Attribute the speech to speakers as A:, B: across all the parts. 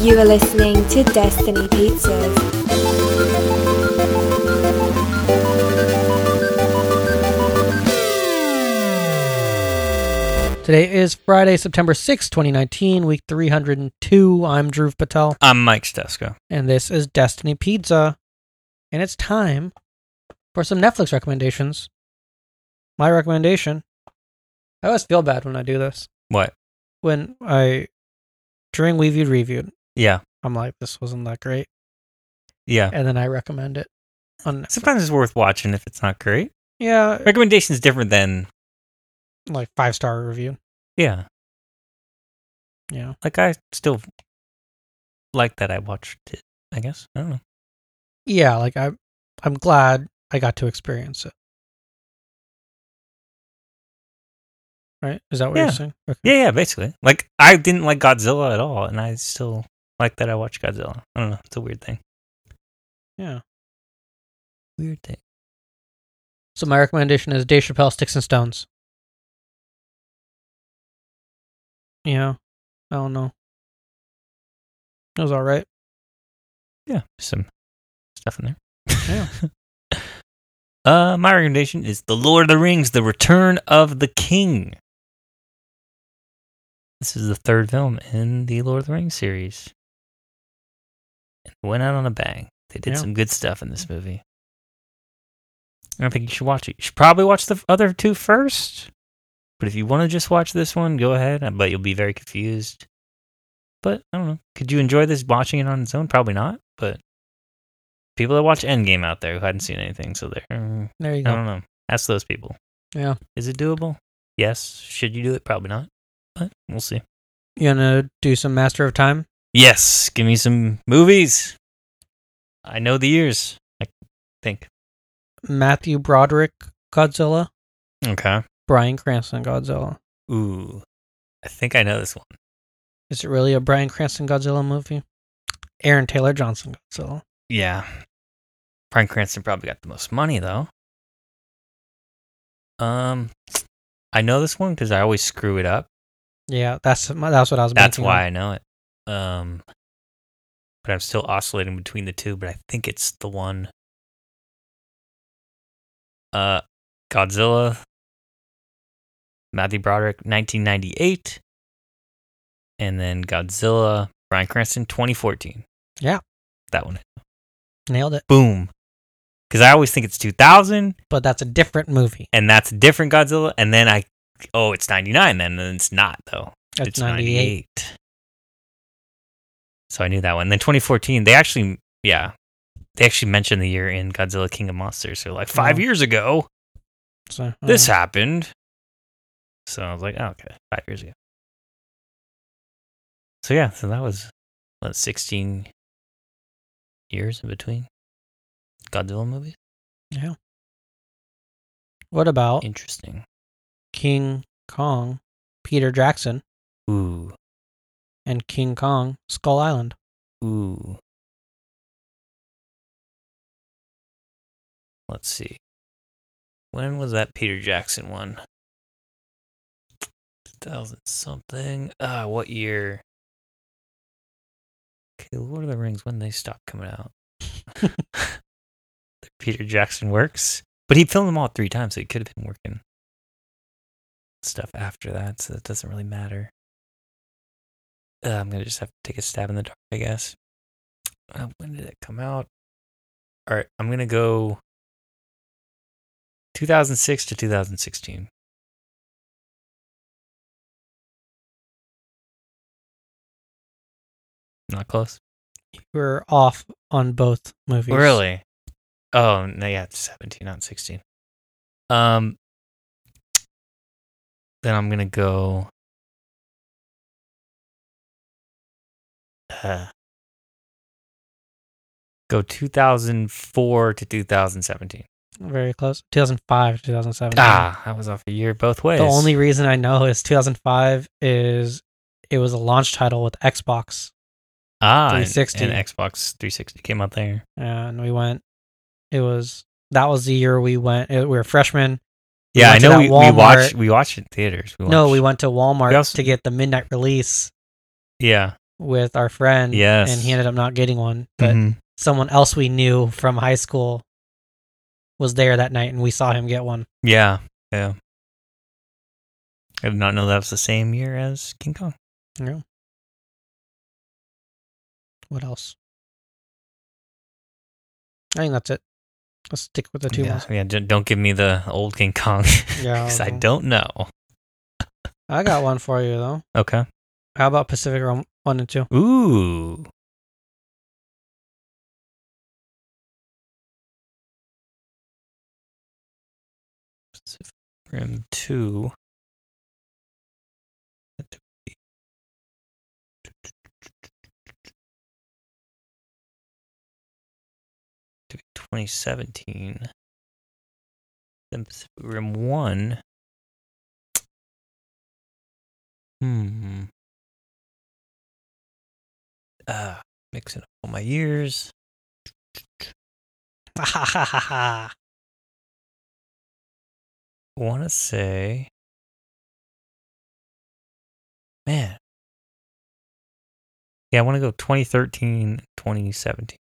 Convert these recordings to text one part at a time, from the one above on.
A: You are listening to Destiny Pizzas.
B: Today is Friday, September sixth, 2019, week 302. I'm Dhruv Patel,
C: I'm Mike Stesco.
B: and this is Destiny Pizza. And it's time for some Netflix recommendations. My recommendation I always feel bad when I do this.
C: What?
B: When I, during We Viewed Reviewed,
C: Yeah.
B: I'm like, this wasn't that great.
C: Yeah.
B: And then I recommend it. On Netflix.
C: Sometimes it's worth watching if it's not great.
B: Yeah,
C: Recommendations different than
B: like five star review.
C: yeah.
B: Yeah.
C: Like I still like that I watched it. I guess I don't know.
B: Yeah, like I, I'm glad I got to experience it. Right? Is that what
C: Yeah.
B: you're saying? Okay.
C: Yeah, yeah. Basically, like I didn't like Godzilla at all, and I still like that I watched Godzilla. I don't know. It's a weird thing.
B: Yeah.
C: Weird thing.
B: So my recommendation is Dave Chappelle Sticks and Stones. Yeah. I don't know. It was all right.
C: Yeah. Some stuff in there.
B: Yeah.
C: Uh, my recommendation is The Lord of the Rings: The Return of the King. This is the third film in the Lord of the Rings series. It went out on a bang. They did
B: Yeah.
C: some good stuff in this movie. I don't think you should watch it. You should probably watch the other two first. But if you want to just watch this one, go ahead. I bet you'll be very confused. But I don't know. Could you enjoy this watching it on its own? Probably not. But people that watch Endgame out there who hadn't seen anything, so they're. mm,
B: There you
C: I
B: go.
C: don't know. Ask those people.
B: Yeah.
C: Is it doable? Yes. Should you do it? Probably not. But we'll see.
B: You gonna do some Master of Time?
C: Yes. Give me some movies. I know the years. I think.
B: Matthew Broderick Godzilla,
C: Okay.
B: Brian Cranston Godzilla.
C: Ooh. I think I know this one.
B: Is it really a Brian Cranston Godzilla movie? Aaron Taylor Johnson Godzilla.
C: Yeah. Brian Cranston probably got the most money though. Um, I know this one because I always screw it up.
B: Yeah, that's that's what I was.
C: That's
B: banking on.
C: why I know it. Um, but I'm still oscillating between the two. But I think it's the one. Uh, Godzilla. Matthew Broderick, 1998, and then Godzilla, Brian Cranston, 2014.
B: Yeah.
C: that one.
B: nailed it.
C: Boom. Because I always think it's 2000,
B: But that's a different movie.
C: and that's a different Godzilla, and then I, oh, it's 99, then and it's not though
B: That's
C: it's
B: 98.
C: 98. So I knew that one. Then 2014, they actually, yeah, they actually mentioned the year in Godzilla King of Monsters. So like five
B: Yeah.
C: years ago,
B: So, uh,
C: this happened. So I was like, oh, okay, five years ago. So yeah, so that was what, 16 years in between Godzilla movies.
B: yeah. What about
C: Interesting.
B: King Kong, Peter Jackson,
C: Ooh,
B: and King Kong Skull Island?
C: ooh. let's see. When was that Peter Jackson one? 2000 something. Ah, what year? Okay, Lord of the Rings, when they stopped coming out. The Peter Jackson works. But he filmed them all three times, so he could have been working stuff after that, so it doesn't really matter. Uh, I'm going to just have to take a stab in the dark, I guess. Uh, when did it come out? All right, I'm going to go 2006 to 2016. Not close.
B: You were off on both movies.
C: Really? Oh, no, yeah, it's 17, not 16. Um, then I'm going to go. Uh, go 2004 to 2017.
B: Very close. 2005, 2007.
C: Ah, I was off a year both ways.
B: The only reason I know is 2005 is it was a launch title with Xbox.
C: ah, and-
B: 360.
C: and Xbox 360 came out there.
B: And we went, it was, that was the year we went, it, we were freshmen. We
C: Yeah, I
B: went to
C: know
B: that
C: we, we
B: Walmart.
C: watched we watched it in theaters.
B: No, we
C: watched-
B: went to Walmart
C: We also-
B: to get the midnight release.
C: Yeah,
B: with our friend.
C: Yes. Mm-hmm.
B: And he ended up not getting one, but someone else we knew from high school was there that night and we saw him get one.
C: Yeah, yeah. I did not know that was the same year as King Kong.
B: Yeah. What else? I think that's it. Let's stick with the two
C: yeah,
B: ones.
C: yeah. Don't don't give me the old King Kong
B: Yeah,
C: because I
B: okay.
C: don't know.
B: I got one for you though.
C: Okay.
B: How about Pacific Rim one and two?
C: Ooh. Pacific Rim 2. To be 2017. Then Pacific Rim 1. Hmm. Uh, mixing up all my years.
B: I
C: want to say, man, yeah, I want to go 2013, 2017.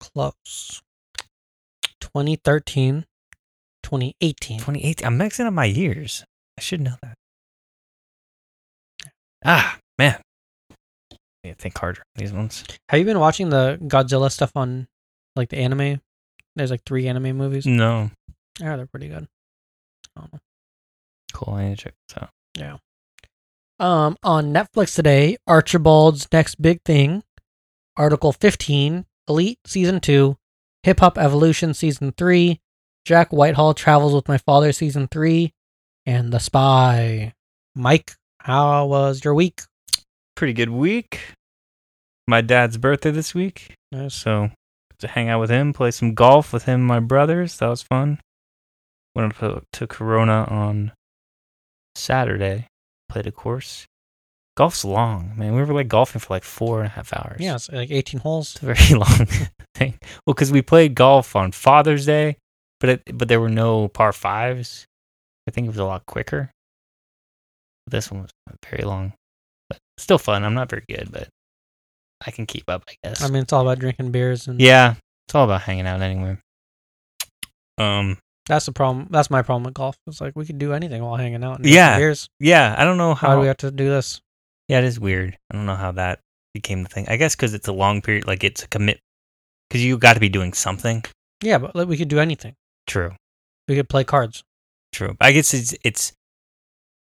B: Close. 2013, 2018.
C: 2018. I'm mixing up my years. I should know that. Ah, man. I need to think harder on these ones.
B: Have you been watching the Godzilla stuff on like the anime? There's like three anime movies.
C: No.
B: Yeah, they're pretty good. I don't
C: Cool. I need to check this out.
B: know. Um, on Netflix today, Archibald's Next Big Thing, Article 15, Elite Season 2, Hip Hop Evolution Season 3, Jack Whitehall Travels with My Father Season 3, and The Spy. Mike, how was your week?
C: Pretty good week. My dad's birthday this week.
B: Nice.
C: So to hang out with him, play some golf with him and my brothers. That was fun. Went up to- to Corona on Saturday, played a course. Golf's long, man. We were like golfing for like four and a half hours.
B: Yeah, it's like 18 holes.
C: It's a very long thing. Well, because we played golf on Father's Day, but it, but there were no par fives. I think it was a lot quicker. This one was very long, but still fun. I'm not very good, but I can keep up, I guess.
B: I mean, it's all about drinking beers, and
C: Yeah, it's all about hanging out anyway. Um,
B: that's the problem. That's my problem with golf. It's like we could do anything while hanging out. And
C: Yeah.
B: yeah, beers.
C: yeah, I don't know
B: How
C: how.
B: do we have to do this?
C: yeah, it is weird. I don't know how that became the thing. I guess because it's a long period, like it's a commit, because you got to be doing something.
B: Yeah, but like, we could do anything.
C: True,
B: We could play cards.
C: true. I guess it's it's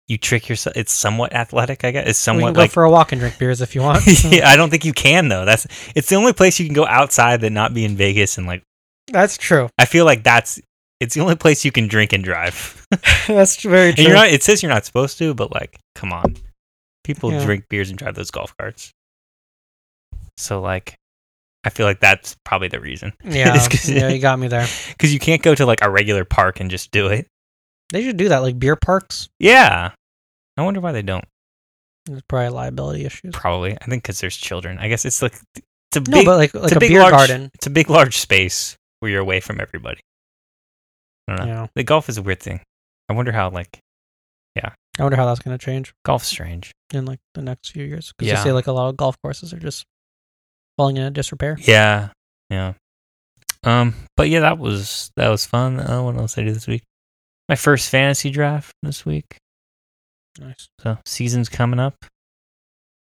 C: you trick yourself. It's somewhat athletic. I guess it's
B: we
C: somewhat
B: can go
C: like.
B: for a walk and drink beers if you want.
C: yeah, I don't think you can though. That's it's the only place you can go outside that not be in Vegas and like.
B: That's true.
C: I feel like that's it's the only place you can drink and drive.
B: that's very
C: And you're not, it says you're not supposed to, but like, come on. People
B: Yeah.
C: drink beers and drive those golf carts. So, like, I feel like that's probably the reason.
B: yeah,
C: It's 'cause-
B: yeah, you got me there.
C: Because you can't go to like a regular park and just do it.
B: They should do that, like beer parks.
C: Yeah. I wonder why they don't.
B: There's probably liability issues.
C: Probably. I think because there's children. I guess it's like, it's a
B: No,
C: big,
B: but like like
C: it's
B: a,
C: a big
B: beer
C: large-
B: garden.
C: it's a big, large space where you're away from everybody. I don't know.
B: Yeah,
C: The golf is a weird thing. I wonder how, like,
B: I wonder how that's gonna change
C: golf's strange.
B: in like the next few years. Because
C: Yeah.
B: they say like a lot of golf courses are just falling into disrepair.
C: Yeah, yeah. Um, but yeah, that was that was fun. Uh, what else I do this week? My first fantasy draft this week.
B: Nice.
C: So season's coming up.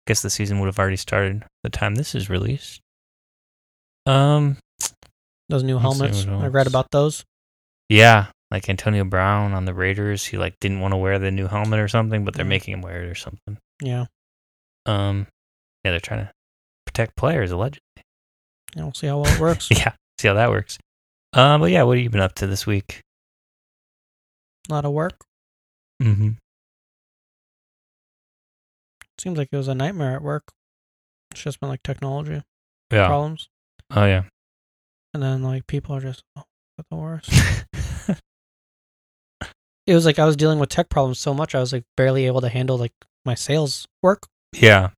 C: Guess the season would have already started by the time this is released. Um,
B: Those new
C: Let's see
B: helmets.
C: what
B: I read
C: else.
B: about those.
C: yeah, like Antonio Brown on the Raiders, he like didn't want to wear the new helmet or something, but they're
B: Mm.
C: making him wear it or something.
B: Yeah.
C: Um, yeah, they're trying to protect players allegedly.
B: Yeah, we'll see how well it works.
C: Yeah, see how that works. Um, but yeah, what have you been up to this week?
B: a lot of work.
C: Mm-hmm.
B: Seems like it was a nightmare at work. It's just been like technology
C: Yeah.
B: problems.
C: Oh yeah.
B: And then like people are just oh, what the worst. It was like I was dealing with tech problems so much I was like barely able to handle like my sales work.
C: yeah.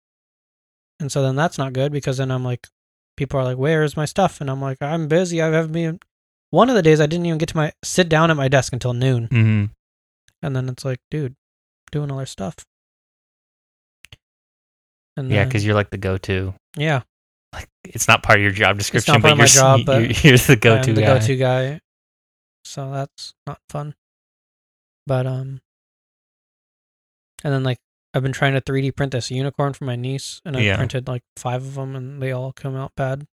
B: And so then that's not good because then I'm like people are like, Where is my stuff? And I'm like, I'm busy. I haven't been one of the days I didn't even get to my sit down at my desk until noon.
C: Mm-hmm.
B: And then it's like, dude, doing all their stuff. And
C: Yeah,
B: then-
C: because you're like the go-to.
B: yeah,
C: Like it's not part of your job description,
B: part
C: but
B: of
C: you're,
B: my
C: s-
B: job,
C: you-
B: but
C: you're the
B: I'm
C: go-to
B: the
C: guy.
B: go-to guy. So that's not fun. But um, and then like I've been trying to 3D print this unicorn for my niece, and I
C: Yeah.
B: printed like five of them, and they all come out bad.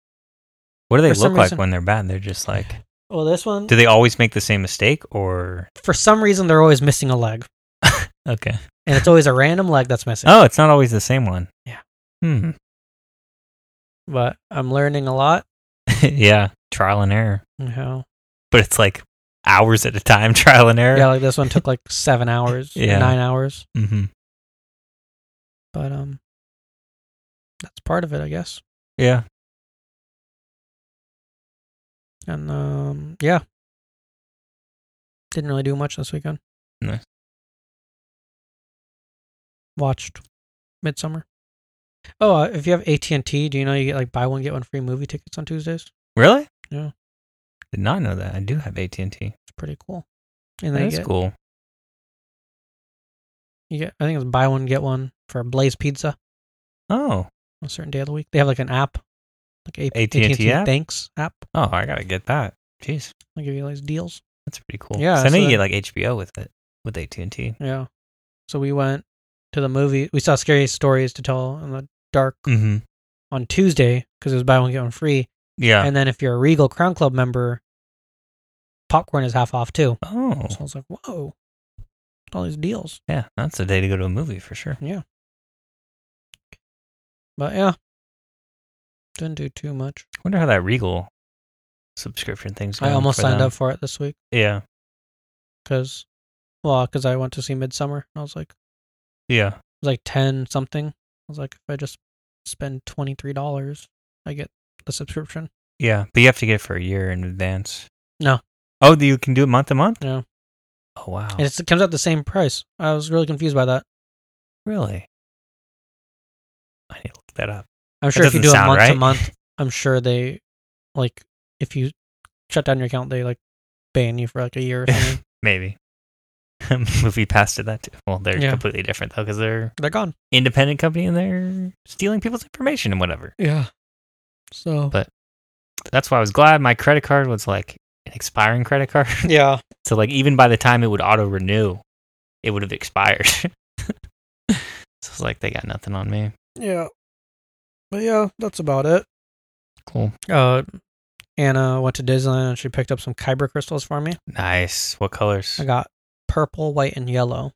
C: What do they
B: For some
C: look like
B: reason-
C: when they're bad? They're just like.
B: Well, this one
C: Do they always make the same mistake, or
B: for some reason they're always missing a leg,
C: okay?
B: and it's always a random leg that's missing.
C: Oh, it's not always the same one.
B: Yeah.
C: Hmm.
B: But I'm learning a lot.
C: yeah. Trial and error,
B: You know?
C: but it's like hours at a time. Trial and error.
B: Yeah, like this one took like seven hours,
C: Yeah.
B: nine hours.
C: hmm
B: But um, that's part of it, I guess.
C: Yeah.
B: And um, yeah, didn't really do much this weekend.
C: Nice.
B: Watched Midsummer. Oh, uh, if you have AT and T, do you know you get like buy one get one free movie tickets on Tuesdays?
C: Really?
B: Yeah.
C: Did not know that. I do have AT and T.
B: It's pretty cool. And
C: That
B: then you
C: is
B: get,
C: cool.
B: you get I think it's buy one get one for Blaze Pizza
C: Oh.
B: on a certain day of the week. They have like an app, like a-
C: AT&T app?
B: Thanks app.
C: Oh, I gotta get that. Jeez,
B: They give you like deals.
C: that's pretty cool.
B: Yeah,
C: 'Cause I know
B: so
C: you
B: that-
C: get like HBO with it with AT and T.
B: Yeah. So we went to the movie. We saw Scary Stories to Tell in the Dark
C: Mm-hmm.
B: on Tuesday because it was buy one get one free.
C: Yeah.
B: And then if you're a Regal Crown Club member, popcorn is half off too.
C: oh.
B: So I was like, whoa, all these deals.
C: Yeah, that's the day to go to a movie for sure.
B: But yeah, didn't do too much.
C: Wonder how that Regal subscription thing's going.
B: I almost
C: for
B: signed
C: them.
B: up for it this week
C: Yeah.
B: because, well, because I went to see Midsummer. And I was like, it
C: Yeah.
B: was like ten something. I was like, if I just spend twenty three dollars, I get the subscription.
C: Yeah, but you have to get it for a year in advance.
B: No.
C: Oh, you can do it month to month.
B: Yeah.
C: Oh wow.
B: And it's, it comes out the same price. I was really confused by that.
C: really. I need to look that up.
B: I'm sure if you do
C: doesn't
B: it
C: sound
B: month to
C: right.
B: month, I'm sure they like if you shut down your account, they like ban you for like a year or something.
C: Maybe. movie Pass did that too. Well, they're
B: Yeah.
C: completely different though because they're
B: They're gone.
C: independent company and they're stealing people's information and whatever.
B: Yeah. So
C: But- That's why I was glad my credit card was like an expiring credit card.
B: yeah,
C: so like even by the time it would auto renew, it would have expired. so it's like they got nothing on me.
B: yeah. But yeah, that's about it.
C: Cool.
B: Uh, Anna went to Disneyland and she picked up some kyber crystals for me.
C: Nice. What colors?
B: I got purple, white, and yellow.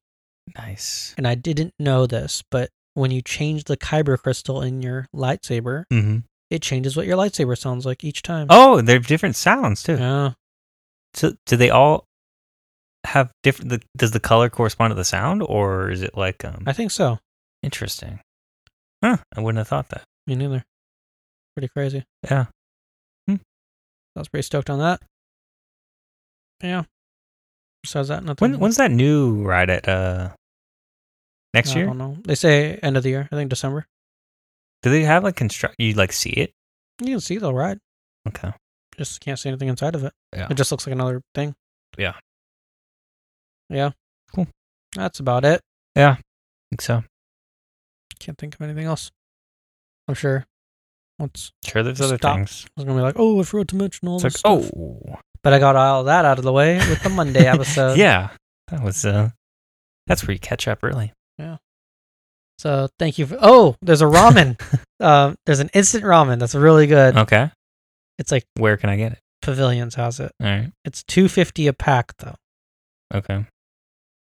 C: Nice.
B: And I didn't know this, but when you change the kyber crystal in your lightsaber,
C: Mm-hmm.
B: it changes what your lightsaber sounds like each time.
C: Oh, they're different sounds too.
B: yeah.
C: So do they all have different? The, does the color correspond to the sound, or is it like um,
B: I think so.
C: interesting? Huh? I wouldn't have thought that.
B: Me neither. Pretty crazy.
C: Yeah.
B: I was pretty stoked on that. Yeah. Besides that, nothing.
C: When when's that new ride at uh next
B: I
C: year?
B: don't know. They say end of the year. I think December.
C: Do they have like construct? You like see it?
B: You can see the ride.
C: Okay.
B: Just can't see anything inside of it.
C: Yeah.
B: It just looks like another thing.
C: Yeah.
B: Yeah.
C: Cool.
B: That's about it.
C: think so.
B: Can't think of anything else. I'm sure. Once
C: Sure, there's other
B: Stop.
C: things.
B: I was gonna be like, oh, I forgot to mention all
C: It's
B: this.
C: like
B: stuff. Uh,
C: oh
B: But I got all that out of the way with the Monday episode.
C: yeah, that was uh, that's where you catch up really.
B: So thank you for. Oh, there's a ramen. uh, there's an instant ramen that's really good.
C: Okay.
B: It's like
C: Where can I get it?
B: Pavilions has it.
C: All right.
B: It's two fifty a pack though.
C: Okay.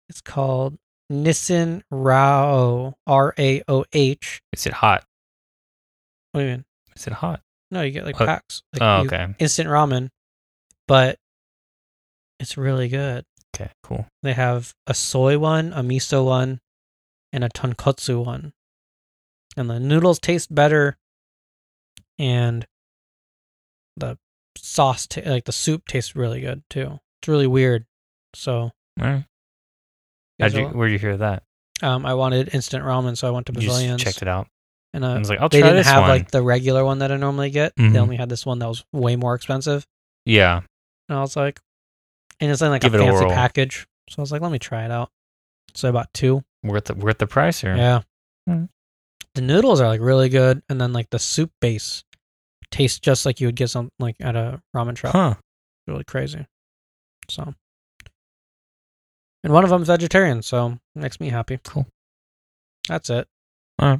B: It's called Nissan Rao R A O H.
C: Is it hot?
B: What do you mean?
C: Is it hot?
B: No, you get like
C: What?
B: packs. Like
C: oh,
B: you-
C: okay.
B: Instant ramen, but it's really good.
C: Okay. Cool.
B: They have a soy one, a miso one, and a tonkotsu one. And the noodles taste better, and the sauce, ta- like the soup, tastes really good too. It's really weird. So,
C: All right.
B: you guys
C: How'd you,
B: will-
C: where'd you hear that?
B: um, I wanted instant ramen, so I went to
C: You
B: Pavilions.
C: just checked it out.
B: And
C: I
B: uh,
C: was like, I'll
B: they
C: try
B: didn't
C: this
B: have
C: one.
B: like the regular one that I normally get.
C: Mhm.
B: They only had this one that was way more expensive.
C: yeah.
B: And I was like, and it's in like
C: Give
B: a
C: it a
B: fancy
C: whirl.
B: package. So I was like, let me try it out. So I bought two.
C: Worth the, worth the price or
B: Yeah.
C: Mm.
B: the noodles are like really good, and then like the soup base tastes just like you would get some like at a ramen shop.
C: Huh.
B: Really crazy. So, and one of them's vegetarian, so makes me happy.
C: Cool.
B: That's it.
C: Alright.